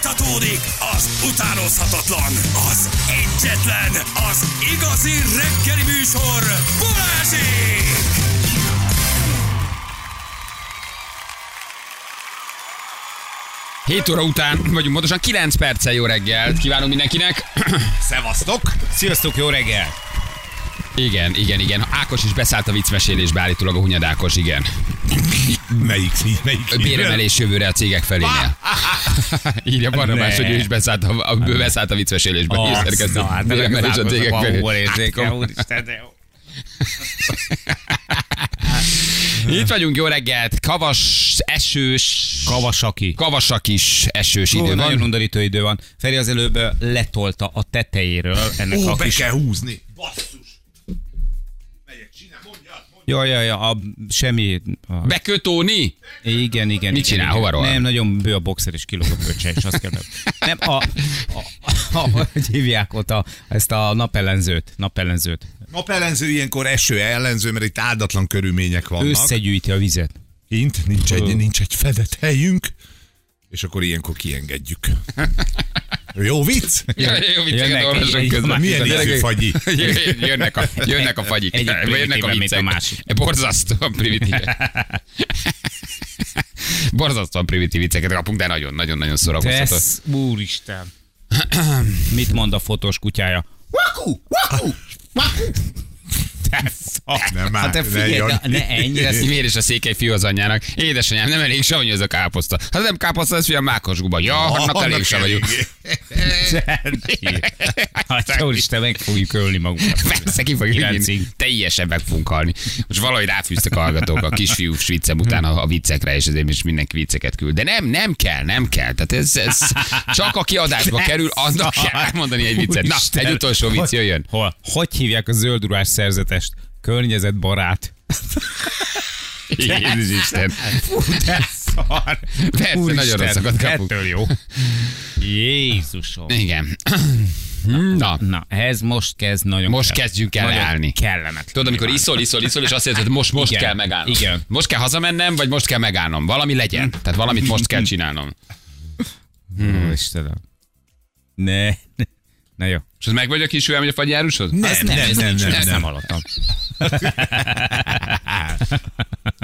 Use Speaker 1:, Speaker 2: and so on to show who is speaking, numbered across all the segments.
Speaker 1: Folytatódik az utánozhatatlan, az egyetlen, az igazi reggeli műsor, Balázsék!
Speaker 2: Hét óra után vagyunk pontosan 9 perccel jó reggelt. Kívánunk mindenkinek.
Speaker 1: Szevasztok!
Speaker 3: Sziasztok, jó reggel!
Speaker 2: Igen, igen, igen. Ákos is beszállt a viccmesélésbe, állítólag a Hunyad Ákos, igen.
Speaker 3: Melyik, melyik
Speaker 2: Béremelés jövőre a cégek felénél. Írja Barnabás,
Speaker 3: Ne.
Speaker 2: hogy ő is beszállt a, a, ő beszállt a viccmesélésbe. és szerkesztő.
Speaker 3: hát
Speaker 2: Béremelés hát a cégek felé.
Speaker 4: Hát,
Speaker 2: Hát, Itt vagyunk, jó reggelt. Kavas, esős.
Speaker 3: Kavasaki.
Speaker 2: Kavasak is esős
Speaker 3: Ó,
Speaker 2: idő
Speaker 3: nagyon
Speaker 2: van.
Speaker 3: undorító idő van. Feri az előbb ö, letolta a tetejéről ennek
Speaker 4: Ó,
Speaker 3: a
Speaker 4: be
Speaker 3: kis...
Speaker 4: kell húzni. Basszus. Megyek, csinál, mondjad, mondjad.
Speaker 3: Jaj, jaj, jaj, a semmi... A...
Speaker 2: Bekötóni?
Speaker 3: Igen, igen.
Speaker 2: Mit
Speaker 3: igen,
Speaker 2: csinál?
Speaker 3: igen.
Speaker 2: Hova rohan?
Speaker 3: Nem, nagyon bő a boxer, és kilóg a bölcse, és azt kell Nem, a, a, a, a, hogy hívják ott a, ezt a napellenzőt, napellenzőt.
Speaker 4: Napellenző ilyenkor eső ellenző, mert itt áldatlan körülmények vannak.
Speaker 3: Összegyűjti a vizet.
Speaker 4: Kint nincs egy, nincs egy fedett helyünk, és akkor ilyenkor kiengedjük. Jó vicc?
Speaker 2: Jaj, jó, vicceket
Speaker 3: Jönnek-
Speaker 2: olvasok
Speaker 3: jön-
Speaker 2: közben.
Speaker 4: Milyen
Speaker 2: Gyerekek,
Speaker 4: ízű fagyi?
Speaker 2: Jönnek a, jönnek a fagyik.
Speaker 3: Egyik
Speaker 2: Vagy jönnek
Speaker 3: primitívebb, mint
Speaker 2: viccek.
Speaker 3: a másik.
Speaker 2: Borzasztóan primitív. Borzasztóan primitív vicceket kapunk, de nagyon-nagyon-nagyon szórakoztató.
Speaker 3: Tesz, úristen. Mit mond a fotós kutyája? Waku, waku, waku. Tesz.
Speaker 4: Nem már,
Speaker 3: Hát te
Speaker 4: ne
Speaker 3: figyelj,
Speaker 4: jaj.
Speaker 3: ne, ne ennyire
Speaker 2: Ezt
Speaker 3: szív-
Speaker 2: miért is a székely fiú az anyjának? Édesanyám, nem elég savanyú ez a káposzta. Ha nem káposzta, ez fiam mákos guba. Ja, annak, elég savanyú.
Speaker 3: Atya Hát, úristen, meg fogjuk ölni magunkat.
Speaker 2: Persze ki fogjuk
Speaker 3: Kilencig.
Speaker 2: inni. Teljesen meg fogunk halni. Most valahogy ráfűztek a hallgatók a kisfiú viccem után a, a viccekre, és ezért is mindenki vicceket küld. De nem, nem kell, nem kell. Tehát ez, ez csak aki adásba kerül, annak kell elmondani egy viccet. Na,
Speaker 3: Úristen.
Speaker 2: egy utolsó vicc
Speaker 3: Hogy-
Speaker 2: jöjjön.
Speaker 3: Hol? Hogy hívják a zöldruhás szerzetest? Környezetbarát.
Speaker 2: Jézus Isten.
Speaker 3: Fú, de szar.
Speaker 2: Persze, nagyon rosszakat kapunk.
Speaker 3: Ettől jó. Jézusom.
Speaker 2: Igen. Na,
Speaker 3: Na, ez most kezd nagyon
Speaker 2: Most
Speaker 3: kell-
Speaker 2: kezdjünk el
Speaker 3: nagyon
Speaker 2: állni.
Speaker 3: Kellemet.
Speaker 2: tudod, amikor iszol, iszol, iszol, és azt érzed, hogy most, most
Speaker 3: Igen.
Speaker 2: kell megállnom.
Speaker 3: Igen.
Speaker 2: Most kell hazamennem, vagy most kell megállnom. Valami legyen. Tehát valamit most kell csinálnom.
Speaker 3: Hmm. Istenem. Ne. ne. Na jó.
Speaker 2: És az meg vagy a kis hogy a fagyjárushoz?
Speaker 4: Nem, nem, nem, nem,
Speaker 3: Ezt nem
Speaker 4: nem.
Speaker 3: hallottam.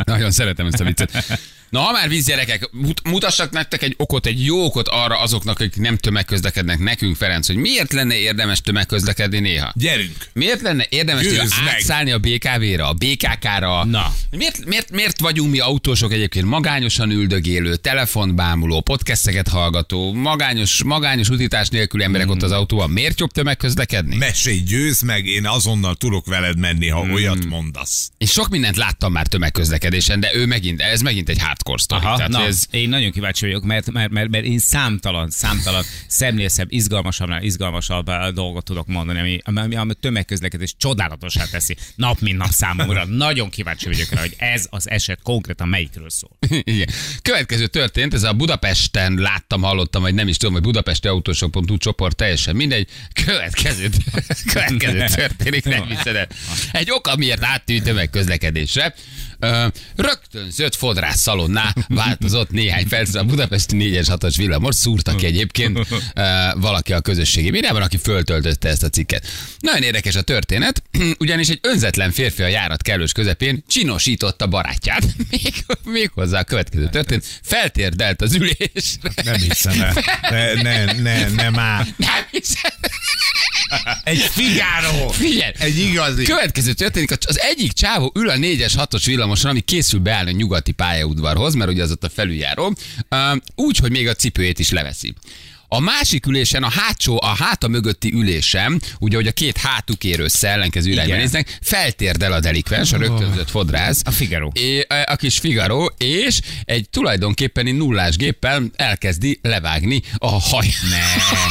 Speaker 2: Nagyon szeretem ezt a viccet. Na, ha már víz gyerekek, mut- mutassak nektek egy okot, egy jó okot arra azoknak, akik nem tömegközlekednek nekünk, Ferenc, hogy miért lenne érdemes tömegközlekedni néha?
Speaker 4: Gyerünk.
Speaker 2: Miért lenne érdemes néha
Speaker 4: Győzd meg!
Speaker 2: átszállni a BKV-ra, a BKK-ra?
Speaker 3: Na.
Speaker 2: Miért, miért, miért vagyunk mi autósok egyébként magányosan üldögélő, telefonbámuló, podcasteket hallgató, magányos, magányos utítás nélkül emberek ott az autóban? Miért jobb tömegközlekedni?
Speaker 4: Mesélj, győz meg, én azonnal tudok veled menni, ha olyat mondasz.
Speaker 2: Én sok mindent láttam már tömegközlekedésen, de ő megint, ez megint egy hardcore sztori.
Speaker 3: Aha,
Speaker 2: Tehát,
Speaker 3: na,
Speaker 2: hogy ez,
Speaker 3: ez... én nagyon kíváncsi vagyok, mert, mert, mert, mert én számtalan, számtalan, szemnél szebb, izgalmasabbnál izgalmasabb eh, dolgot tudok mondani, ami, ami, ami, ami tömegközlekedés csodálatosá teszi nap, mint nap számomra. Nagyon kíváncsi vagyok rá, hogy ez az eset konkrétan melyikről szól.
Speaker 2: Igen. Következő történt, ez a Budapesten láttam, hallottam, vagy nem is tudom, hogy budapesti autósok.hu csoport, teljesen mindegy. Következő, következő történik, nem hiszed el. Egy oka, miért áttűnt tömegközlekedésre. Ö, Rögtön zöld fodrász szalonnál változott néhány percre a budapesti 4-es 6-os villamos, szúrtak ki egyébként ö, valaki a közösségi médiában, aki föltöltötte ezt a cikket. Nagyon érdekes a történet, ugyanis egy önzetlen férfi a járat kellős közepén csinosította barátját. Még, még hozzá a következő történt, feltérdelt az ülésre.
Speaker 4: Nem hiszem el. Ne, ne, ne, ne már.
Speaker 2: Nem hiszem.
Speaker 4: Egy figáró.
Speaker 2: Figyelj!
Speaker 4: Egy igazi.
Speaker 2: Következő történik, az egyik csávó ül a 4-es, 6-os villamoson, ami készül beállni a nyugati pályaudvarhoz, mert ugye az ott a felüljáró, Ám, úgy, hogy még a cipőjét is leveszi. A másik ülésen, a hátsó, a háta mögötti ülésem, ugye, hogy a két hátuk ér össze, ellenkező irányba
Speaker 3: Igen.
Speaker 2: néznek, feltérdel a delikvens, a rögtönzött fodrász.
Speaker 3: A Figaro.
Speaker 2: É, a- a kis Figaro, és egy tulajdonképpeni nullás géppel elkezdi levágni a haj.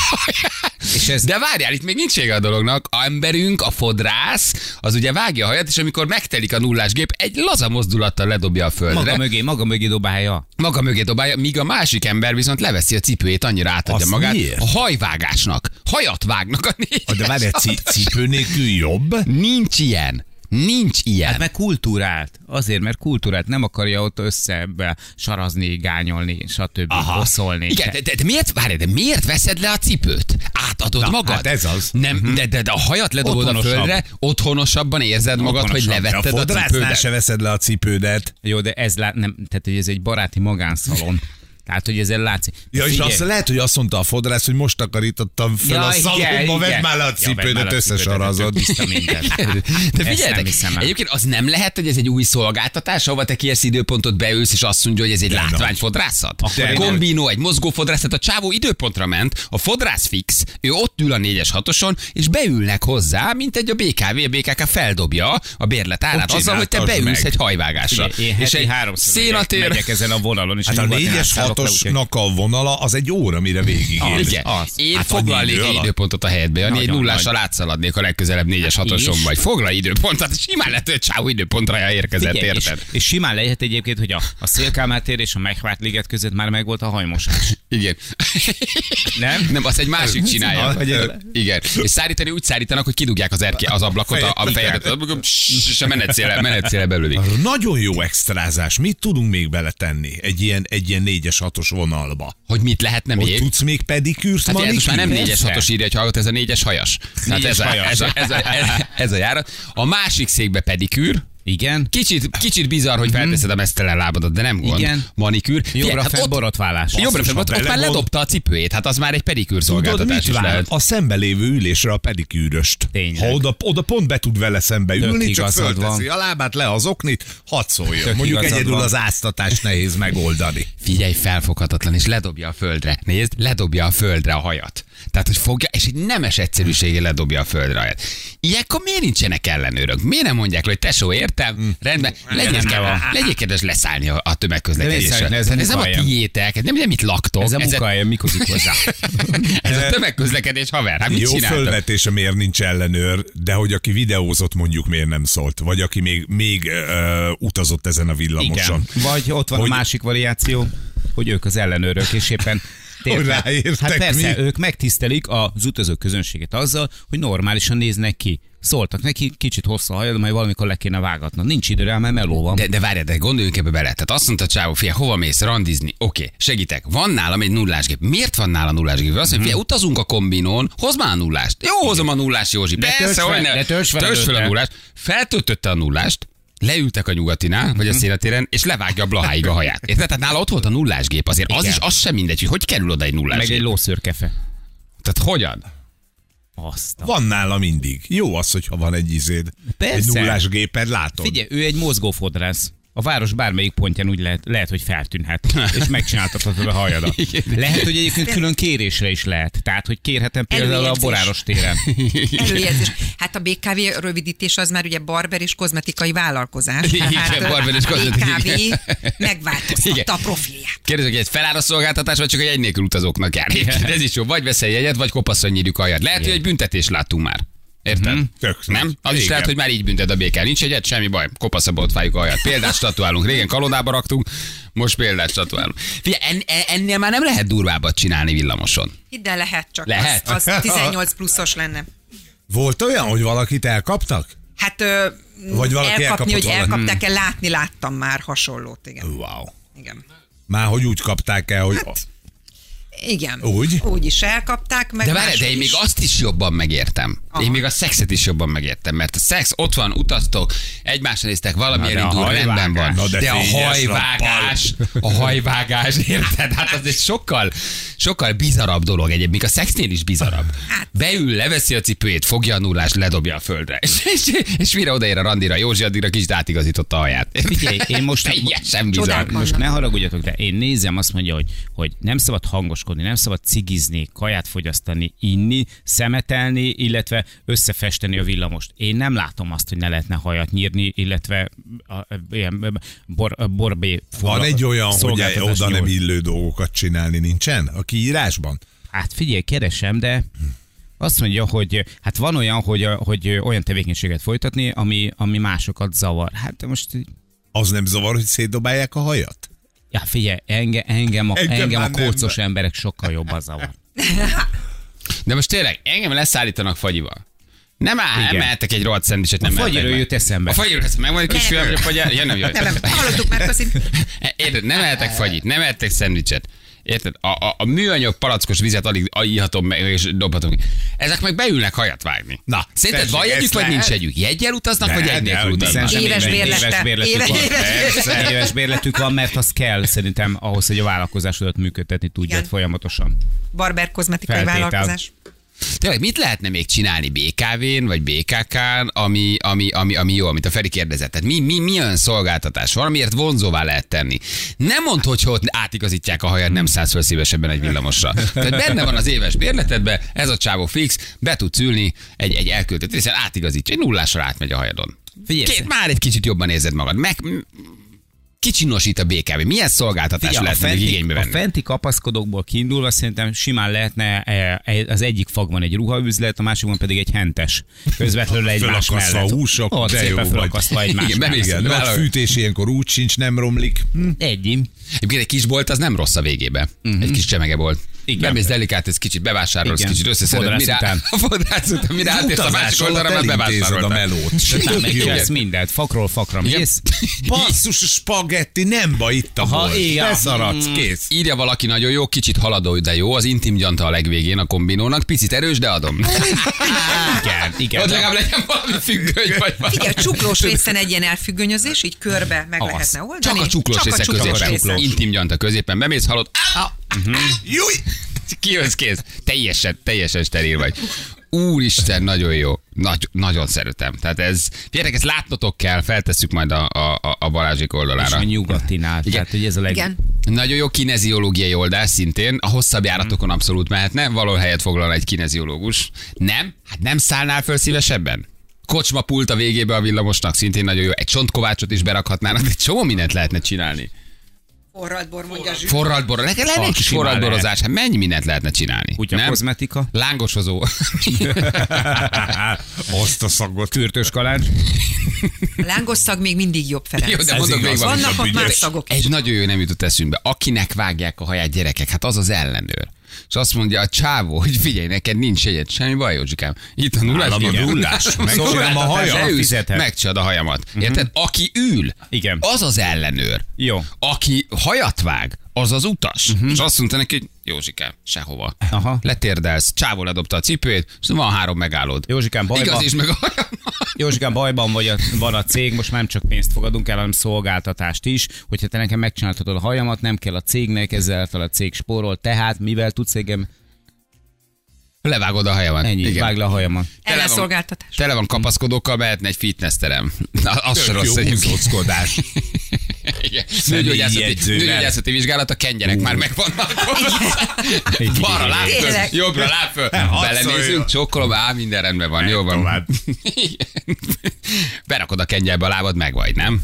Speaker 3: És ez
Speaker 2: De várjál, itt még nincs vége a dolognak. A emberünk, a fodrász, az ugye vágja a haját, és amikor megtelik a nullás gép, egy laza mozdulattal ledobja a földre.
Speaker 3: maga
Speaker 2: Maga, mög-
Speaker 3: mögé, maga mögé dobálja.
Speaker 2: maga mögé dobálja, míg a másik ember viszont leveszi a cipőjét, annyira átadja
Speaker 4: Azt
Speaker 2: magát.
Speaker 4: miért?
Speaker 2: A hajvágásnak. Hajat vágnak a
Speaker 4: De
Speaker 2: négy.
Speaker 4: várj, egy cipő nélkül jobb?
Speaker 2: Nincs ilyen. Nincs ilyen.
Speaker 3: Hát mert kultúrált. Azért, mert kultúrált. Nem akarja ott össze be sarazni, gányolni, stb. Boszolni.
Speaker 2: Igen, de, de, de, miért, várj, de miért veszed le a cipőt? Átadod Na, magad?
Speaker 4: hát ez az.
Speaker 2: Nem, de, de, de a hajat ledobod a
Speaker 3: Otthonosabb.
Speaker 2: földre, otthonosabban érzed magad, hogy
Speaker 3: Otthonosabb.
Speaker 4: A
Speaker 2: levetted a,
Speaker 4: fodrásznál
Speaker 2: cipődet.
Speaker 4: se veszed le a cipődet.
Speaker 3: Jó, de ez lát, nem, tehát hogy ez egy baráti magánszalon. Tehát, hogy ezzel látszik.
Speaker 4: Ja, és
Speaker 3: Figyelj.
Speaker 4: azt lehet, hogy azt mondta a fodrász, hogy most takarítottam föl
Speaker 3: Ja,
Speaker 4: a
Speaker 3: igen,
Speaker 4: szalomba,
Speaker 3: igen.
Speaker 4: vedd már le a
Speaker 3: Ja, vedd már
Speaker 4: cipődet, hát
Speaker 3: le a
Speaker 4: összesarazod.
Speaker 3: cipődet, tiszta minden.
Speaker 2: De
Speaker 3: Ezt nem
Speaker 2: figyeljetek,
Speaker 3: hiszem el.
Speaker 2: egyébként az nem lehet, hogy ez egy új szolgáltatás, ahova te kiérsz időpontot, beülsz, és azt mondja, hogy ez egy látványfodrászat.
Speaker 3: Akkor
Speaker 2: A
Speaker 3: én-
Speaker 2: kombinó, egy mozgófodrászat, a csávó időpontra ment, a fodrász fix, ő ott ül a 4-es 6 és beülnek hozzá, mint egy a BKV, a BKK feldobja a bérlet árát
Speaker 4: Hogy
Speaker 2: azzal, hogy te
Speaker 4: csináltasd
Speaker 2: beülsz
Speaker 4: meg?
Speaker 2: egy hajvágásra.
Speaker 3: Figyelj, én
Speaker 2: és
Speaker 3: heti
Speaker 2: egy
Speaker 3: háromszor megyek,
Speaker 2: szénatér.
Speaker 3: megyek ezen a vonalon. És
Speaker 4: Hát a
Speaker 3: nyugaton
Speaker 4: 4-es
Speaker 3: átszállok le, úgyhogy-
Speaker 4: 6-osnak a vonala az egy óra, mire végig
Speaker 2: Ah,
Speaker 4: ér.
Speaker 2: igen.
Speaker 3: az.
Speaker 2: Én
Speaker 4: Hát annyi
Speaker 2: foglalnék
Speaker 4: idő
Speaker 2: egy
Speaker 4: alatt.
Speaker 2: időpontot a helyedbe. A négy
Speaker 3: Nagyon Hát
Speaker 2: nullással átszaladnék a legközelebb négyes hatoson,
Speaker 3: És?
Speaker 2: vagy foglalj időpontot, hát simán lehet, hogy csávó időpontra érkezett,
Speaker 3: Figyelj,
Speaker 2: érted?
Speaker 3: És, és simán lehet egyébként, hogy a, a Szélkámár tér és a Megvárt liget között már megvolt a hajmosás.
Speaker 2: Igen.
Speaker 3: Nem?
Speaker 2: Nem, azt egy másik csinálja.
Speaker 4: vagy ez-
Speaker 2: Igen. És szárítani úgy szárítanak, hogy kidugják az, erke, az ablakot, a, a fejedet, és a menetszéle, menetszéle belőlik.
Speaker 4: Nagyon jó extrázás. Mit tudunk még beletenni egy ilyen, egy ilyen 4-es 6-os vonalba?
Speaker 2: Hogy mit lehetne
Speaker 4: Hogy
Speaker 2: még?
Speaker 4: tudsz még pedikűrt
Speaker 2: Hát ez most már nem
Speaker 4: manikűrt?
Speaker 2: 4-es 6-os írja, hogy hallgat, ez a 4-es hajas. Tehát
Speaker 3: Négyes
Speaker 2: ez a,
Speaker 3: hajas.
Speaker 2: ez, a, ez, a, ez, a, ez a járat. A másik székbe pedikűr,
Speaker 3: Igen. Mhm.
Speaker 2: Kicsit, kicsit bizarr, hogy felteszed a mesztelen lábadat, de nem gond.
Speaker 3: Igen.
Speaker 2: Manikűr. Figyelj,
Speaker 3: Jobbra
Speaker 2: hát
Speaker 3: fel
Speaker 2: ott-
Speaker 3: borotválás.
Speaker 2: Jobbra
Speaker 4: Basszus,
Speaker 2: fel,
Speaker 4: ha
Speaker 2: ott, ott már
Speaker 4: belegond-
Speaker 2: ledobta a cipőjét, hát az már egy pedikűr
Speaker 4: Tudod, mit
Speaker 2: szolgáltatás is
Speaker 4: vár?
Speaker 2: lehet.
Speaker 4: A szembe lévő ülésre a pedikűröst.
Speaker 3: Tényleg.
Speaker 4: Ha oda, oda pont be tud vele szembe ülni, csak
Speaker 3: igazad
Speaker 4: fölteszi a lábát, le az oknit, hadd szóljon.
Speaker 3: Tök
Speaker 4: Mondjuk
Speaker 3: igazad
Speaker 4: egyedül
Speaker 3: van.
Speaker 4: az áztatást nehéz megoldani.
Speaker 2: Figyelj, felfoghatatlan, és ledobja a földre. Nézd, ledobja a földre a hajat. Tehát, hogy fogja, és egy nemes egyszerűséggel ledobja a földre a hajat. Ilyenkor miért nincsenek ellenőrök? Miért nem mondják, le, hogy tesó, értem, rendben, legyél
Speaker 3: nem
Speaker 2: kedves,
Speaker 3: van.
Speaker 2: legyél kedves leszállni a, a
Speaker 3: De
Speaker 2: tömegközlekedésre.
Speaker 3: vissza- ez a
Speaker 2: ez nem a
Speaker 3: munkahelyem.
Speaker 2: tiétek, ez nem, nem itt laktok.
Speaker 3: Ez a
Speaker 2: ez,
Speaker 3: munkahelyem, mikor hozzá.
Speaker 2: ez a tömegközlekedés, haver, hát mit
Speaker 4: Jó
Speaker 2: csináltok?
Speaker 4: fölvetése, miért nincs ellenőr, de hogy aki videózott, mondjuk miért nem szólt, vagy aki még, még ö, utazott ezen a villamoson.
Speaker 3: Igen. Vagy ott van hogy...
Speaker 4: Hogy-
Speaker 3: a másik variáció, hogy ők az ellenőrök, és éppen térben-
Speaker 4: Ráértek
Speaker 3: Hát persze,
Speaker 4: mi?
Speaker 3: ők megtisztelik az utazó közönséget azzal, hogy normálisan néznek ki. Szóltak neki, kicsit hosszú a hajad, majd valamikor le kéne vágatnod. Nincs idő rá, mert meló van.
Speaker 2: De, de várjál, de gondoljunk ebbe bele. Tehát azt mondta a csávó, fia, hova mész randizni? Oké, okay, segítek. Van nálam egy nullás gép. Miért van nálam nullás gép? Azt
Speaker 3: Mhm.
Speaker 2: mondja, fia, utazunk a kombinón, hozd már a nullást. Jó, hozom a nullás, Józsi.
Speaker 3: Ne
Speaker 2: Persze,
Speaker 3: töltsd fel,
Speaker 2: hogy
Speaker 3: ne töltsd fel
Speaker 2: Töltsd fel a
Speaker 3: előtte.
Speaker 2: nullást. Feltöltötte a nullást, leültek a nyugatinál,
Speaker 3: Mhm.
Speaker 2: vagy a széletéren, és levágja a blaháig a haját. Érted? Tehát nála ott volt a nullás gép azért. Az
Speaker 3: Igen.
Speaker 2: is, az sem mindegy, hogy hogy kerül oda egy nullás
Speaker 3: Meg egy
Speaker 2: gép.
Speaker 3: lószőrkefe.
Speaker 2: Tehát hogyan?
Speaker 3: Azt a...
Speaker 4: Van nála mindig. Jó az, hogyha van egy izéd.
Speaker 3: Persze.
Speaker 4: Egy nullás géped, látod.
Speaker 3: Figyelj, ő egy mozgófodrász. A város bármelyik pontján úgy lehet, lehet hogy feltűnhet, és megcsináltathatod a hajadat. Lehet, hogy egyébként külön kérésre is lehet. Tehát, hogy kérhetem például a
Speaker 5: Előjegyzés.
Speaker 3: boráros téren.
Speaker 5: Előjelzés. Hát a BKV rövidítés az már ugye barber és kozmetikai vállalkozás.
Speaker 2: Igen,
Speaker 5: Tehát
Speaker 2: barber és
Speaker 5: a
Speaker 2: kozmetikai.
Speaker 5: BKV megváltoztatta
Speaker 2: Igen.
Speaker 5: a profilját.
Speaker 2: Kérdezek, hogy egy felára szolgáltatás, vagy csak egy egy nélkül utazóknak jár. Érted? Ez is jó. Vagy veszel jegyet, vagy kopasszony nyírjuk aljad. Lehet, hogy egy büntetés láttunk már. Érted?
Speaker 3: Mhm.
Speaker 4: Tök nagy.
Speaker 2: nem? Az is
Speaker 4: Igen.
Speaker 2: lehet, hogy már így büntet a békel. Nincs egyet, semmi baj. Kopaszabb ott fájuk alját. Példát statuálunk. Régen kalodába raktunk, most példát statuálunk. Figyelj, en, en- ennél már nem lehet durvábbat csinálni villamoson.
Speaker 5: Ide lehet csak.
Speaker 2: Lehet?
Speaker 5: Az, az 18 pluszos lenne.
Speaker 4: Volt olyan, hogy valakit elkaptak?
Speaker 5: Hát ö,
Speaker 4: Vagy valaki elkapott
Speaker 5: elkapni, hogy
Speaker 4: valakit.
Speaker 5: elkapták-e,
Speaker 2: Hmm.
Speaker 5: látni láttam már hasonlót, igen.
Speaker 4: Wow.
Speaker 5: Igen.
Speaker 4: Már hogy úgy kapták el, hogy...
Speaker 5: Hát, Igen.
Speaker 4: Úgy?
Speaker 5: Úgy is elkapták, meg
Speaker 2: De várj,
Speaker 5: máshogy
Speaker 2: de én még
Speaker 5: is.
Speaker 2: azt is jobban megértem. Aha. Én
Speaker 5: Aha.
Speaker 2: még a szexet is jobban megértem, mert a szex ott van, utaztok, egymásra néztek, valami
Speaker 3: de a
Speaker 2: elindul, rendben van.
Speaker 3: hajvágás.
Speaker 4: Na de
Speaker 2: de a
Speaker 4: fényes
Speaker 2: hajvágás, a hajvágás, érted? Hát az egy sokkal, sokkal bizarabb dolog egyéb, még a szexnél is bizarabb.
Speaker 5: Hát.
Speaker 2: Beül, leveszi a cipőjét, fogja a nullást, ledobja a földre. És, és, és mire odaér a randira, Józsi addigra kicsit átigazította a haját.
Speaker 3: Figyelj, én most-
Speaker 2: Teljesen
Speaker 5: Csodák
Speaker 2: bizarr.
Speaker 5: vannak.
Speaker 3: Most ne haragudjatok, de én nézem, azt mondja, hogy, hogy nem szabad hangoskodni, nem szabad cigizni, kaját fogyasztani, inni, szemetelni, illetve összefesteni a villamost. Én nem látom azt, hogy ne lehetne hajat nyírni, illetve a, a, ilyen a, bor, a borbé
Speaker 4: Van
Speaker 3: foglal-
Speaker 4: egy olyan, hogy
Speaker 3: szolgáltatás
Speaker 4: oda nem
Speaker 3: nyújt.
Speaker 4: illő dolgokat csinálni nincsen a kiírásban?
Speaker 3: Hát figyelj, keresem, de azt mondja, hogy hát van olyan, hogy, hogy olyan tevékenységet folytatni, ami, ami másokat zavar. Hát most
Speaker 4: Az nem zavar, hogy szétdobálják a hajat?
Speaker 3: Ja, figyelj, enge, engem a,
Speaker 4: Engem
Speaker 3: engem, engem
Speaker 4: már
Speaker 3: a
Speaker 4: nem.
Speaker 3: kócos emberek sokkal jobban zavar.
Speaker 2: De most tényleg, engem leszállítanak fagyival. Nem áll,
Speaker 3: Igen.
Speaker 2: emeltek egy rohadt szendvicset, nem
Speaker 3: A
Speaker 2: emeltek
Speaker 3: fagyirő
Speaker 2: meg.
Speaker 3: jut eszembe.
Speaker 2: A fagyirő eszembe, meg majd kis
Speaker 5: Nem.
Speaker 2: fiam, hogy fagyirő, ja nem, jó.
Speaker 5: Nem, nem, hallottuk már, köszi.
Speaker 2: Érted, nem ehetek fagyit, nem ehetek szendvicset. Érted? A, a, a műanyag palackos vizet alig a- ihatom meg, és dobhatom ki. Ezek meg beülnek hajat vágni. Na, szerinted
Speaker 4: tessék,
Speaker 2: van
Speaker 4: ezt
Speaker 2: jegyük, vagy
Speaker 4: lehet?
Speaker 2: nincs jegyük? Jegyel utaznak,
Speaker 4: Ne,
Speaker 2: vagy egy
Speaker 4: ne,
Speaker 2: nélkül
Speaker 4: hogy
Speaker 2: utaznak?
Speaker 3: Szerintem Hát,
Speaker 5: Éves
Speaker 3: éves
Speaker 5: bérlete.
Speaker 3: bérletük
Speaker 5: Éve-
Speaker 3: van.
Speaker 5: éves
Speaker 3: Persze,
Speaker 5: bérlete.
Speaker 3: Éves bérletük van, mert az kell szerintem ahhoz, hogy a vállalkozásodat működtetni tudjad
Speaker 5: Igen.
Speaker 3: folyamatosan.
Speaker 5: Barber kozmetikai
Speaker 3: Feltétel.
Speaker 5: vállalkozás.
Speaker 2: Tényleg mit lehetne még csinálni BKV-n, vagy BKK-n, ami, ami, ami, ami jó, amit a Feri kérdezett? Tehát mi, mi, mi olyan szolgáltatás? Valamiért vonzóvá lehet tenni. Nem mondd, hogy ott átigazítják a hajad, nem szállsz föl szívesebben egy villamosra. Tehát benne van az éves bérletedben, ez a csávó fix, be tudsz ülni egy, egy elköltött, hiszen átigazítja, egy nullásra átmegy a hajadon.
Speaker 3: Figyelj,
Speaker 2: Két, már egy kicsit jobban érzed magad. Meg, m- kicsinosít a BKV. Milyen szolgáltatás
Speaker 3: Figyelj, a,
Speaker 2: lehetne még
Speaker 3: fenti,
Speaker 2: igénybe
Speaker 3: a
Speaker 2: venni?
Speaker 3: fenti kapaszkodókból kiindulva szerintem simán lehetne eh, eh, az egyik fagban egy ruhaüzlet, a másikban pedig egy hentes. Közvetlenül egymás
Speaker 4: Fölakasztva
Speaker 3: mellett.
Speaker 4: a húsok,
Speaker 3: Ott
Speaker 4: de jó
Speaker 3: szépen
Speaker 4: vagy.
Speaker 3: fölakasztva egymás
Speaker 2: Igen,
Speaker 3: mellett.
Speaker 2: bemész.
Speaker 4: Igen, nagy
Speaker 2: Vállal-
Speaker 4: fűtés ilyenkor úgy sincs, nem romlik. Hm,
Speaker 3: Egyim.
Speaker 2: Egyébként egy kis bolt az nem rossz a végébe. Uh-huh. Egy kis csemege volt.
Speaker 3: Igen.
Speaker 2: Bemész delikát, ez kicsit bevásárolsz,
Speaker 3: Igen.
Speaker 2: kicsit összeszeded,
Speaker 3: Fodrász
Speaker 2: mire
Speaker 3: után.
Speaker 2: a fodrász után, mire átérsz a
Speaker 4: utazás
Speaker 2: másik oldalra,
Speaker 4: alatt
Speaker 2: már
Speaker 4: elintézed a
Speaker 2: bevásároltál.
Speaker 4: melót.
Speaker 3: Simán
Speaker 4: Tök jó.
Speaker 3: megcsinálsz mindent. Fakról fakra
Speaker 2: Igen.
Speaker 3: mész.
Speaker 4: Basszus, spagetti, nem baj, itt a
Speaker 3: Aha,
Speaker 4: bolt.
Speaker 3: igen.
Speaker 4: Beszaradsz, kész.
Speaker 2: Írja valaki nagyon jó, kicsit haladó, de jó, az intim gyanta a legvégén a kombinónak, picit erős, de adom.
Speaker 3: Igen,
Speaker 2: Ott
Speaker 3: igen.
Speaker 2: legalább legyen valami függöny, vagy valami.
Speaker 5: Figyelj, a csuklós részen egy ilyen elfüggönyözés, így körbe meg
Speaker 2: Az.
Speaker 5: lehetne oldani.
Speaker 2: Csak a csuklós része
Speaker 5: csuklós
Speaker 2: középen.
Speaker 5: részen.
Speaker 2: Intim gyanta középen. Bemész, halod. Júj! Kijössz kész. Teljesen, teljesen steril vagy. Úristen, nagyon jó. Nagy, nagyon szeretem. Tehát ez, figyeljetek, ezt látnotok kell, feltesszük majd a, a, a- a Balázsik
Speaker 3: És
Speaker 2: oldalára.
Speaker 3: a nyugatinál. Tehát, hogy ez a leg...
Speaker 5: Igen.
Speaker 2: Nagyon jó kineziológiai oldás szintén, a hosszabb járatokon abszolút mehetne, való helyet foglal egy kineziológus. Nem? Hát nem szállnál föl szívesebben? Kocsma pult a végébe a villamosnak, szintén nagyon jó. Egy csontkovácsot is berakhatnának, egy csomó mindent lehetne csinálni.
Speaker 5: Forralt bor, mondja Zsű.
Speaker 2: Forralt bor, lenne lenne egy
Speaker 3: Az
Speaker 2: kis
Speaker 3: simán
Speaker 2: forralt
Speaker 3: lehet.
Speaker 2: borozás, hát mennyi mindent lehetne csinálni?
Speaker 3: Kutya kozmetika.
Speaker 2: Lángosozó.
Speaker 4: Azt a szagot.
Speaker 3: Fürtős kalács.
Speaker 5: A lángos szag még mindig jobb, Ferenc.
Speaker 2: Jó, de mondok
Speaker 4: igaz.
Speaker 2: még valamit.
Speaker 5: Vannak ott
Speaker 4: ügyes.
Speaker 5: más szagok is.
Speaker 2: Egy nagyon jó nem jutott eszünkbe. Akinek vágják a haját gyerekek, hát az az ellenőr. És azt mondja a csávó, hogy figyelj, neked nincs egyet, semmi baj, Józsikám. Itt a nullás.
Speaker 4: Nálam a
Speaker 2: Igen.
Speaker 4: nullás.
Speaker 2: Nálam a
Speaker 4: Megcsinálom
Speaker 2: nullás.
Speaker 4: a Mhm. hajam,
Speaker 2: Leülsz,
Speaker 3: fizetem.
Speaker 2: Megcsinálod a hajamat. Érted? Aki ül,
Speaker 3: Igen.
Speaker 2: az az ellenőr.
Speaker 3: Jó.
Speaker 2: Aki hajat vág, az az utas. És azt mondta neki, hogy Józsikám, sehova.
Speaker 3: Mhm. Aha.
Speaker 2: Letérdelsz, csávó ledobta a cipőjét, és szóval van három megállód.
Speaker 3: Józsikám, bajba.
Speaker 2: Igaz is meg a hajam.
Speaker 3: Józsikám, bajban vagy a, van a cég, most nem csak pénzt fogadunk el, hanem szolgáltatást is. Hogyha te nekem megcsináltatod a hajamat, nem kell a cégnek, ezzel a cég spórol. Tehát mivel tudsz engem?
Speaker 2: Levágod a hajamat.
Speaker 3: Ennyi, Igen. vág le a hajamat.
Speaker 5: Ellenszolgáltatás.
Speaker 2: Tele van kapaszkodókkal, mehetne egy fitnessterem. Na, Az se
Speaker 4: Tök
Speaker 2: rossz
Speaker 4: jó
Speaker 2: egyébként.
Speaker 4: húzóckodás.
Speaker 2: Igen. Nőgyógyászati,
Speaker 4: jegyzővel.
Speaker 2: nőgyógyászati vizsgálat, a kengyerek már megvannak. Balra láb föl,
Speaker 5: Tényleg.
Speaker 2: jobbra láb föl.
Speaker 4: az
Speaker 2: Belenézünk,
Speaker 4: olyan.
Speaker 2: csókolom, á, minden rendben van, jó van.
Speaker 4: tovább.
Speaker 2: Igen. Berakod a kengyelbe a lábad, meg vagy, nem?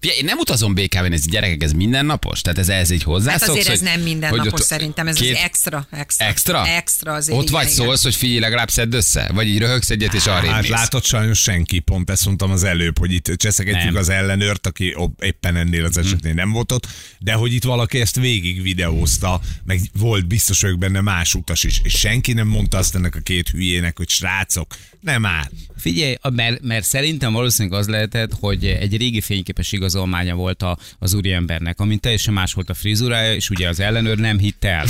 Speaker 2: Figyelj, én nem utazom BKV-n, ez gyerekek, ez mindennapos? Tehát ez, ez így hozzászoksz?
Speaker 5: Hát azért ez
Speaker 2: hogy-
Speaker 5: nem
Speaker 2: hogy
Speaker 5: mindennapos
Speaker 2: ott
Speaker 5: szerintem, ez
Speaker 2: két-
Speaker 5: az extra, extra.
Speaker 2: Extra?
Speaker 5: Extra azért.
Speaker 2: Ott
Speaker 5: igen,
Speaker 2: vagy
Speaker 5: igen.
Speaker 2: szólsz, hogy figyelj, legalább szedd össze? Vagy így röhögsz egyet, és arrébb
Speaker 4: Hát
Speaker 2: mész?
Speaker 4: látod, sajnos senki, pont ezt mondtam az előbb, hogy itt cseszegetjük
Speaker 3: Nem.
Speaker 4: az ellenőrt, aki ob- éppen ennél az esetnél nem volt ott, de hogy itt valaki ezt végig videózta, meg volt biztos vagyok benne más utas is, és senki nem mondta azt ennek a két hülyének, hogy srácok, nem áll.
Speaker 3: Figyelj, a- mert, mert szerintem valószínűleg az lehetett, hogy egy régi fényképes igazolmánya volt a, az úriembernek, amin teljesen más volt a frizurája, és ugye az ellenőr nem hitt el.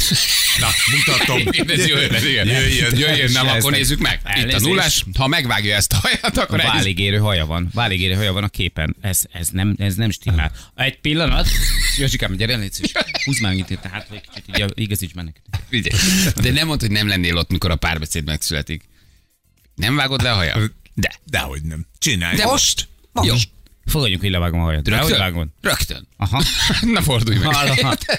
Speaker 4: Na, mutatom.
Speaker 2: Ez jó ötlet, igen.
Speaker 4: Jöjjön.
Speaker 2: jöjjön, nem,
Speaker 3: Srácok.
Speaker 2: akkor nézzük meg. Itt a
Speaker 3: Elnézést.
Speaker 2: nullás, ha megvágja ezt a hajat, akkor
Speaker 3: A
Speaker 2: egy...
Speaker 3: váligérő haja van. Váligérő haja van a képen. Ez, ez, nem, ez nem stimmel. Egy pillanat. Józsikám, gyere, légy szíves. Húzd már megint itt a hátra egy kicsit, így a- igazíts már neked.
Speaker 2: Figyelj. De nem mondd, hogy nem lennél ott, mikor a párbeszéd megszületik. Nem vágod le a hajam? De.
Speaker 4: Dehogy nem. Csinálj.
Speaker 2: De most? Most.
Speaker 3: Fogadjunk, hogy levágom a hajad. Hogy vágod?
Speaker 2: Rögtön. Rögtön.
Speaker 3: Aha.
Speaker 2: Na fordulj meg.
Speaker 3: Hallom.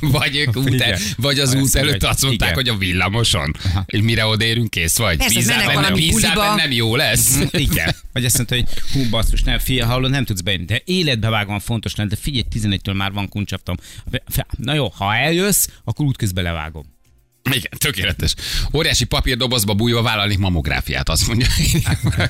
Speaker 2: Vagy ők út el,
Speaker 3: Figyelj.
Speaker 2: vagy az
Speaker 3: Ha
Speaker 2: út
Speaker 3: ezt
Speaker 2: előtt
Speaker 3: mondja,
Speaker 2: azt mondták,
Speaker 3: igen.
Speaker 2: hogy a villamoson. És mire odérünk, kész vagy.
Speaker 5: Persze,
Speaker 2: Bízzál
Speaker 5: mennek
Speaker 2: bennem,
Speaker 5: valami
Speaker 2: bízzál
Speaker 5: buliba.
Speaker 2: bennem, jó lesz.
Speaker 3: Igen. Vagy azt mondta, hogy hú, basszus, nem, fia, hallod, nem tudsz bejönni, de életbe vágóan fontos lenne, de figyelj, 11-től már van kuncsaptam. Na jó, ha eljössz, akkor útközben levágom.
Speaker 2: Igen, tökéletes. Óriási papírdobozba bújva vállalnék mamográfiát, azt mondja. Valaki,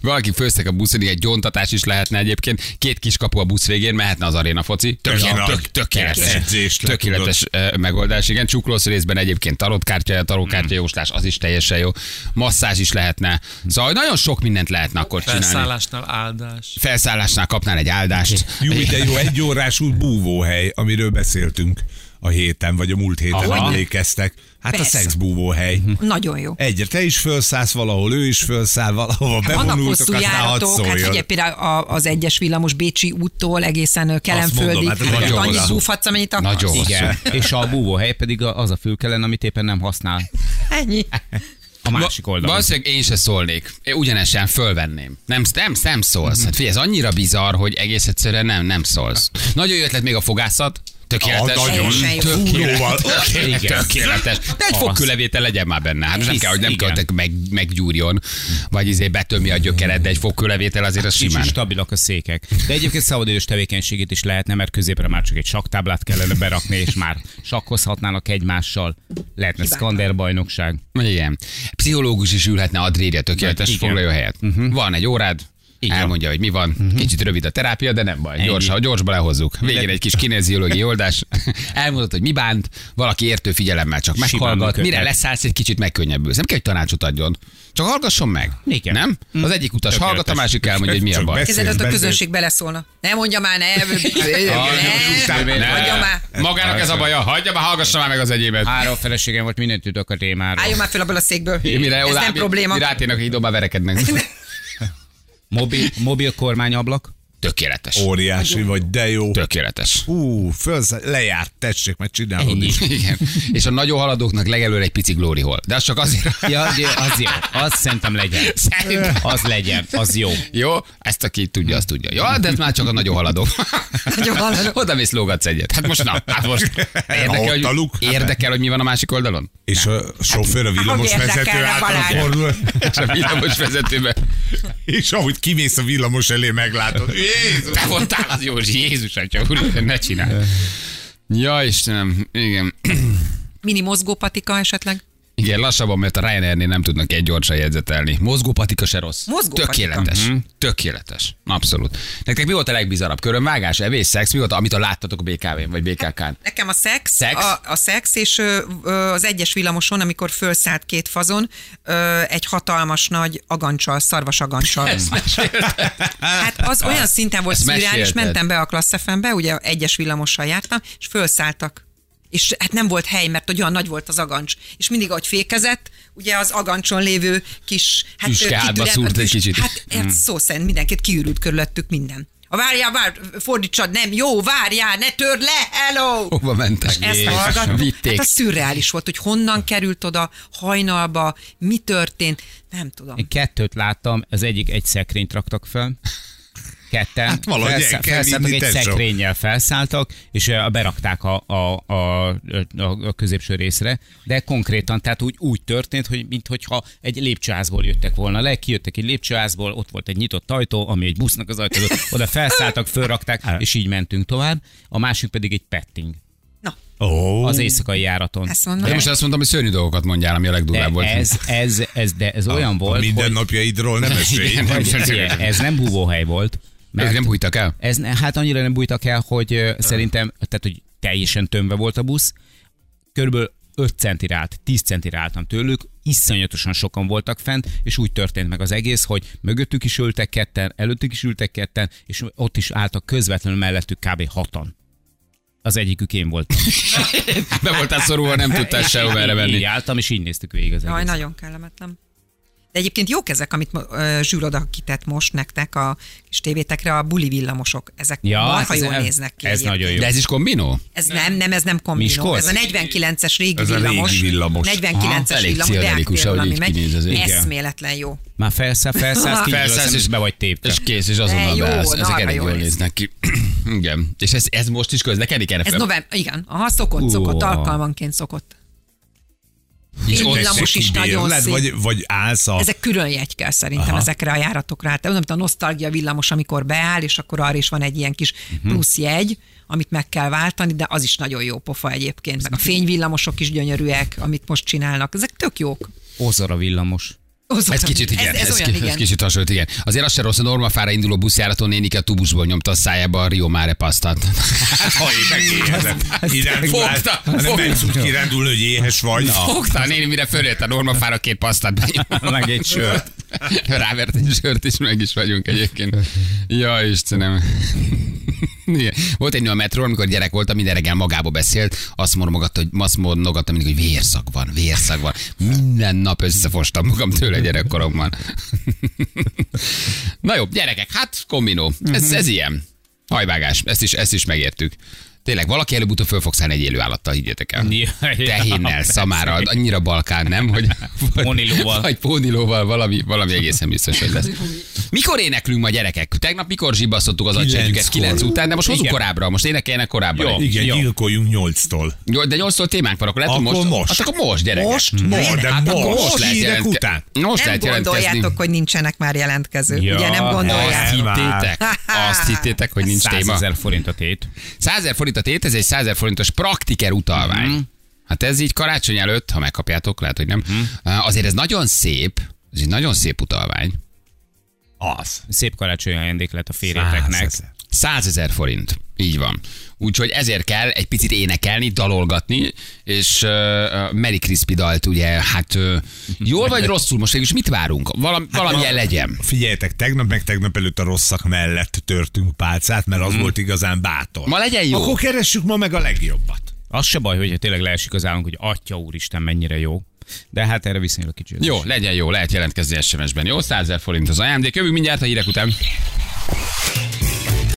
Speaker 2: valaki főztek a buszon, egy gyontatás is lehetne egyébként. Két kiskapu a busz végén, mehetne az aréna foci. Tök,
Speaker 4: Ja,
Speaker 2: tök,
Speaker 4: nagy
Speaker 2: tökéletes.
Speaker 4: edzés, le
Speaker 2: tökéletes ö, megoldás. Igen, csuklósz részben egyébként tarotkártya,
Speaker 4: Hmm.
Speaker 2: tarotkártya jóslás, az is teljesen jó. Masszázs is lehetne. Szóval nagyon sok mindent lehetne akkor csinálni.
Speaker 6: Felszállásnál áldás.
Speaker 2: Felszállásnál kapnál egy áldást.
Speaker 4: Jó, de jó egy órás út búvóhely, amiről beszéltünk a héten, vagy a múlt héten
Speaker 2: Aha.
Speaker 4: emlékeztek. Hát
Speaker 5: Persze.
Speaker 4: a szexbúvóhely.
Speaker 5: Nagyon jó.
Speaker 4: Egyre te is felszállsz valahol, ő is felszáll valahol,
Speaker 5: Hát Vannak
Speaker 4: bevonultok,
Speaker 5: hosszú
Speaker 4: aztán hadd
Speaker 5: járatok, hát
Speaker 4: szóljon.
Speaker 5: ugye például a- az egyes villamos Bécsi úttól egészen ö,
Speaker 4: mondom,
Speaker 5: Kelenföldig,
Speaker 4: hát ez
Speaker 5: hát
Speaker 4: nagyon
Speaker 5: annyi
Speaker 4: hosszú.
Speaker 5: zúfatsz, amennyit akarsz.
Speaker 2: Nagyon hosszú.
Speaker 3: Igen. És a búvóhely pedig a- az a fülkelen, amit éppen nem használ.
Speaker 5: Ennyi.
Speaker 3: A másik
Speaker 2: Va-
Speaker 3: oldalon.
Speaker 2: Valószínűleg én se szólnék. Én ugyanesen fölvenném. Nem, nem, nem szólsz. Hát figyelj, ez annyira bizarr, hogy egész egyszerűen nem, nem szólsz. Nagyon jó ötlet még a fogászat. Tökéletes.
Speaker 4: Ah, nagyon.
Speaker 2: Tökéletes.
Speaker 4: Fúróval.
Speaker 2: Tökéletes.
Speaker 3: Igen.
Speaker 2: Tökéletes. De egy
Speaker 3: Az.
Speaker 2: fogkőlevétel legyen már benne. Hát most nem
Speaker 3: Hisz,
Speaker 2: kell, hogy nem kell,
Speaker 3: igen.
Speaker 2: hogy meg, meggyúrjon, vagy izé betömi a gyökeret, de egy fogkőlevétel azért az
Speaker 3: Simán.
Speaker 2: simán.
Speaker 3: És stabilak a székek. De egyébként szabadidős tevékenységét is lehetne, mert középre már csak egy saktáblát kellene berakni, és már sakkozhatnának egymással. Lehetne skanderbajnokság.
Speaker 2: Igen. Pszichológus is ülhetne a drédje tökéletes
Speaker 3: Igen. Mhm.
Speaker 2: foglaló helyet. Uh-huh. Van egy órád,
Speaker 3: Így van. Mhm.
Speaker 2: elmondja, hogy mi van. Kicsit rövid a terápia, de nem baj. Gyorsan, gyorsba lehozzuk. Végén egy kis kineziológiai oldás. Elmondod, hogy mi bánt, valaki értő figyelemmel csak
Speaker 3: Simán
Speaker 2: meghallgat.
Speaker 3: működhet.
Speaker 2: Mire leszállsz, egy kicsit megkönnyebbülsz. Nem kell, hogy tanácsot adjon. Csak hallgasson meg.
Speaker 3: Igen. Mhm.
Speaker 2: Nem? Az egyik utas hallgat, a másik elmondja, hogy mi a
Speaker 4: Csak
Speaker 2: baj.
Speaker 4: beszél.
Speaker 5: Kézzel ott a
Speaker 4: Beszél.
Speaker 5: közönség beleszólna. Ne mondja már, ne.
Speaker 2: Aj,
Speaker 5: ne.
Speaker 2: ne.
Speaker 5: Hagyja már.
Speaker 2: Magának ez a baja, hagyja már, hallgassa már meg az egyébet.
Speaker 3: Három feleségem volt, mindent tudok a témáról.
Speaker 5: Álljon már fel abból a székből.
Speaker 2: Mire
Speaker 5: Ez
Speaker 2: odább-
Speaker 5: nem probléma.
Speaker 2: Mire átérnek a hídon, már verekednek.
Speaker 3: Mobil, mobil kormányablak.
Speaker 2: Tökéletes.
Speaker 4: Óriási vagy, de jó.
Speaker 2: Tökéletes.
Speaker 4: Hú, fölszáll, lejárt, tessék, mert csinálod is.
Speaker 2: Igen. És a nagyon haladóknak legelőre egy pici glory hol. De az csak azért.
Speaker 3: Ja, de az jó. Az szerintem legyen.
Speaker 2: Szerintem.
Speaker 3: Az legyen. Az jó.
Speaker 2: Jó, ezt aki tudja, azt tudja. Ja, de ez már csak a nagyon haladó.
Speaker 5: Nagyon haladó.
Speaker 2: Oda mész lógatsz egyet. Hát most na, hát most.
Speaker 4: Ha
Speaker 2: Érdekel,
Speaker 4: ott
Speaker 2: hogy,
Speaker 4: aluk?
Speaker 2: érdekel, hogy mi van a másik oldalon?
Speaker 4: És a sofőr a villamos
Speaker 5: érdekelne
Speaker 4: vezető által
Speaker 5: valami.
Speaker 4: fordul,
Speaker 2: És a villamos vezetőben.
Speaker 4: és ahogy kimész a villamos elé, meglátod.
Speaker 2: Jézus! Te voltál az Józsi, Jézus atya, úr, ne csinál. Ja, Istenem, igen.
Speaker 5: Mini mozgópatika esetleg?
Speaker 2: Igen, lassabban, mert a Ryanairnél nem tudnak egy gyorsan jegyzetelni. Mozgópatika se rossz.
Speaker 5: Mozgópatika.
Speaker 2: Tökéletes.
Speaker 3: Mhm.
Speaker 2: Mm-hmm. Tökéletes. Abszolút. Nektek mi volt a legbizarabb körömvágás, evés, szex, mi volt, amit a láttatok a BKV-n vagy BKK-n?
Speaker 5: Nekem a szex,
Speaker 2: Szex?
Speaker 5: A, a szexi, és ö, ö, az egyes villamoson, amikor fölszállt két fazon, ö, egy hatalmas nagy agancsal, szarvas agancsal. Hát az olyan szinten volt
Speaker 2: Ezt
Speaker 5: szürreális, és
Speaker 2: mesélted.
Speaker 5: mentem be a Klassz FM-be, ugye egyes villamossal jártam, és fölszálltak. És hát nem volt hely, mert olyan nagy volt az agancs. És mindig, ahogy fékezett, ugye az agancson lévő kis... Hát,
Speaker 2: Tüske
Speaker 5: ö,
Speaker 2: hátba
Speaker 5: kitünet-
Speaker 2: szúrt egy
Speaker 5: tüs-
Speaker 2: kicsit. Hmm.
Speaker 5: Hát ez szó szerint mindenkit kiürült körülöttük minden. A várjál, várj, fordítsad, nem, jó, várjál, ne törd le, hello!
Speaker 2: Hova mentek?
Speaker 5: Ezt
Speaker 2: Jézusom.
Speaker 5: hallgattuk.
Speaker 2: Vitték.
Speaker 5: Hát az szürreális volt, hogy honnan került oda, hajnalba, mi történt, nem tudom.
Speaker 3: Én kettőt láttam, az egyik egy szekrényt raktak fel. Ketten. Hát
Speaker 4: valahogy el kell
Speaker 3: felszálltak,
Speaker 4: vinni,
Speaker 3: egy
Speaker 4: tesó.
Speaker 3: szekrényel felszálltak, és eh, berakták a, a, a, a, a középső részre, de konkrétan, tehát úgy, úgy történt, hogy minthogyha egy lépcsőházból jöttek volna le, kijöttek egy lépcsőházból, ott volt egy nyitott ajtó, ami egy busznak az ajtó, volt, oda felszálltak, fölrakták, és így mentünk tovább. A másik pedig egy petting,
Speaker 5: Na,
Speaker 4: Ó, Hát szóval
Speaker 3: az éjszakai járaton.
Speaker 5: ezt mondom.
Speaker 2: De most azt mondtam, hogy szörnyű dolgokat mondjál, ami a
Speaker 3: De
Speaker 2: legdurvább volt.
Speaker 3: ez, ez, ez, de ez olyan volt, hogy
Speaker 4: mindennapjaidról nem
Speaker 2: Igen,
Speaker 4: esélj.
Speaker 2: nem
Speaker 3: Vagy
Speaker 2: tudom.
Speaker 3: ez nem búvóhely volt.
Speaker 2: Ők nem bújtak el?
Speaker 3: Ez ne, hát annyira nem bújtak el, hogy ö, szerintem, tehát hogy teljesen tömve volt a busz. Körülbelül 5 centire állt, 10 centire álltam tőlük, iszonyatosan sokan voltak fent, és úgy történt meg az egész, hogy mögöttük is ültek ketten, előttük is ültek ketten, és ott is álltak közvetlenül mellettük kb. hatan. Az egyikük én voltam.
Speaker 2: Be voltál szorulva, nem tudtál sehova erre
Speaker 3: Így
Speaker 2: venni.
Speaker 3: álltam, és így néztük végig az
Speaker 5: Jaj,
Speaker 3: egész.
Speaker 5: nagyon kellemetlen. De egyébként jók ezek, amit uh, Zsűroda kitett most nektek a kis tévétekre, a buli villamosok. Ezek ja,
Speaker 3: Ja,
Speaker 5: marha
Speaker 3: ez-
Speaker 5: jól
Speaker 3: ez-
Speaker 5: néznek ki.
Speaker 3: ez
Speaker 5: egyébként.
Speaker 3: nagyon jó.
Speaker 2: De hát ez is kombinó?
Speaker 5: Ez nem, nem, ez nem kombinó.
Speaker 3: Miskolc?
Speaker 5: Ez a 49-es régi
Speaker 4: Ez a régi
Speaker 5: villamos.
Speaker 4: villamos.
Speaker 5: 49-es
Speaker 2: Aha, elég
Speaker 5: villamos, de
Speaker 2: pszichedelikus,
Speaker 5: átmérő,
Speaker 2: Ah, ahogy
Speaker 5: ami
Speaker 2: így
Speaker 5: megy.
Speaker 2: kinéz az ég.
Speaker 5: Eszméletlen jó.
Speaker 3: Már felszáll, felszállsz,
Speaker 2: Felszállsz,
Speaker 3: felszállsz,
Speaker 2: és-
Speaker 3: és be vagy tépve.
Speaker 2: És kész, és azonnal
Speaker 5: De jó,
Speaker 2: beállsz. Ezek
Speaker 5: nagyon
Speaker 2: elég
Speaker 5: jól
Speaker 2: jól
Speaker 5: néz
Speaker 2: néznek ki. Igen. És ez, ez most is közlekedik erre?
Speaker 5: Ez
Speaker 2: fel?
Speaker 5: november, igen, aha, szokott, szokott,
Speaker 3: Uha.
Speaker 5: alkalmanként szokott. Így
Speaker 4: ott
Speaker 5: villamos is
Speaker 4: kibérled,
Speaker 5: nagyon szép.
Speaker 4: Vagy, vagy állsz
Speaker 2: Ah.
Speaker 4: a...
Speaker 5: Ezek külön jegy kell szerintem Aha. ezekre a járatokra. Hát, mondom, a nosztalgia villamos, amikor beáll, és akkor arra is van egy ilyen kis
Speaker 2: Mhm.
Speaker 5: plusz jegy, amit meg kell váltani, de az is nagyon jó pofa egyébként. Meg a fényvillamosok is gyönyörűek, amit most csinálnak. Ezek tök jók.
Speaker 3: Ozora villamos.
Speaker 5: Hozzá-
Speaker 2: Ez Hát kicsit igen,
Speaker 5: Ez, ez, olyan,
Speaker 2: ki-
Speaker 5: igen.
Speaker 2: ez kicsit hasonlít, igen. Azért az se rossz, a normafára induló buszjáraton nénik a tubusból nyomta a szájába a Rio Mare pasztát.
Speaker 4: Hát, ha én megérzed. Irándulás.
Speaker 2: Fogta,
Speaker 4: Hát, Nem
Speaker 2: fogta.
Speaker 4: mehetsz úgy kirándulni, hogy éhes vagy.
Speaker 2: Fogta a néni, mire fölért a normafára két pasztát benyomta.
Speaker 3: Meg egy sört.
Speaker 2: Rávert egy sört, és meg is vagyunk egyébként. Ja, Istenem. Igen. Volt egy nő a metró, amikor gyerek voltam, minden reggel magába beszélt, azt mormogatta, hogy azt mormogatta mindig, hogy vérszak van, vérszak van. Minden nap összefostam magam tőle gyerekkoromban. Na jó, gyerekek, hát kombinó. Ez, ez ilyen. Hajvágás, ezt is, ezt is megértük. Tényleg, valaki előbb-utóbb föl fog szállni egy élő állattal, higgyetek el.
Speaker 3: Ja, ja,
Speaker 2: Tehénnel,
Speaker 3: persze.
Speaker 2: szamára, annyira balkán, nem? Hogy, vagy-
Speaker 3: Pónilóval.
Speaker 2: Vagy pónilóval, valami, valami egészen biztos, hogy lesz. Mikor éneklünk ma, gyerekek? Tegnap mikor zsibbasztottuk az agysejtjüket?
Speaker 4: Kilenckor.
Speaker 2: 9 után, de most hozzuk
Speaker 3: Igen.
Speaker 2: korábbra, most énekeljenek korábban. Jó.
Speaker 4: Igen,
Speaker 3: Jó.
Speaker 4: gyilkoljunk nyolctól.
Speaker 2: Jó, de 8 témánk van, akkor lehet, hogy
Speaker 4: Akkor
Speaker 2: most.
Speaker 4: most.
Speaker 2: Hát akkor most, gyerekek.
Speaker 4: Most? Ma, de
Speaker 2: Hát akkor
Speaker 4: most.
Speaker 2: lehet
Speaker 4: Hírek
Speaker 2: jelentke-
Speaker 4: után.
Speaker 2: Most
Speaker 5: nem
Speaker 2: lehet jelentkezni.
Speaker 5: gondoljátok, hogy nincsenek már jelentkezők.
Speaker 3: Ja,
Speaker 5: Ja, Ugye nem
Speaker 2: Azt
Speaker 5: gondoljátok.
Speaker 4: nem.
Speaker 2: hittétek? Azt hittétek, hogy nincs
Speaker 3: 100
Speaker 2: téma?
Speaker 3: ezer forint a tét.
Speaker 2: 100 ezer forint a tét, ez egy 100 ezer forintos praktiker utalvány. Hát ez így karácsony előtt, ha megkapjátok, lehet, hogy nem. Azért ez nagyon szép, ez egy nagyon szép utalvány.
Speaker 4: Az.
Speaker 3: Szép karácsonyi ajándék lett a férjéteknek.
Speaker 2: 100 ezer forint. Így van. Úgyhogy ezért kell egy picit énekelni, dalolgatni, és uh, Merry Crispy dalt, ugye, hát uh, jól vagy rosszul, most mégis mit várunk? Valam, valamilyen legyen.
Speaker 4: Figyeljetek, tegnap meg tegnap előtt a rosszak mellett törtünk pálcát, mert az volt igazán bátor.
Speaker 2: Hmm. Ma legyen jó.
Speaker 4: Akkor keressük ma meg a legjobbat.
Speaker 3: Az se baj, hogyha tényleg leesik az állunk, hogy atya úristen, mennyire jó. De hát erre viszonylag kicsi. az
Speaker 2: Jó,
Speaker 3: is.
Speaker 2: legyen jó, lehet jelentkezni SMS-ben. Jó, 100 ezer forint az ajándék. Jövünk mindjárt a hírek után.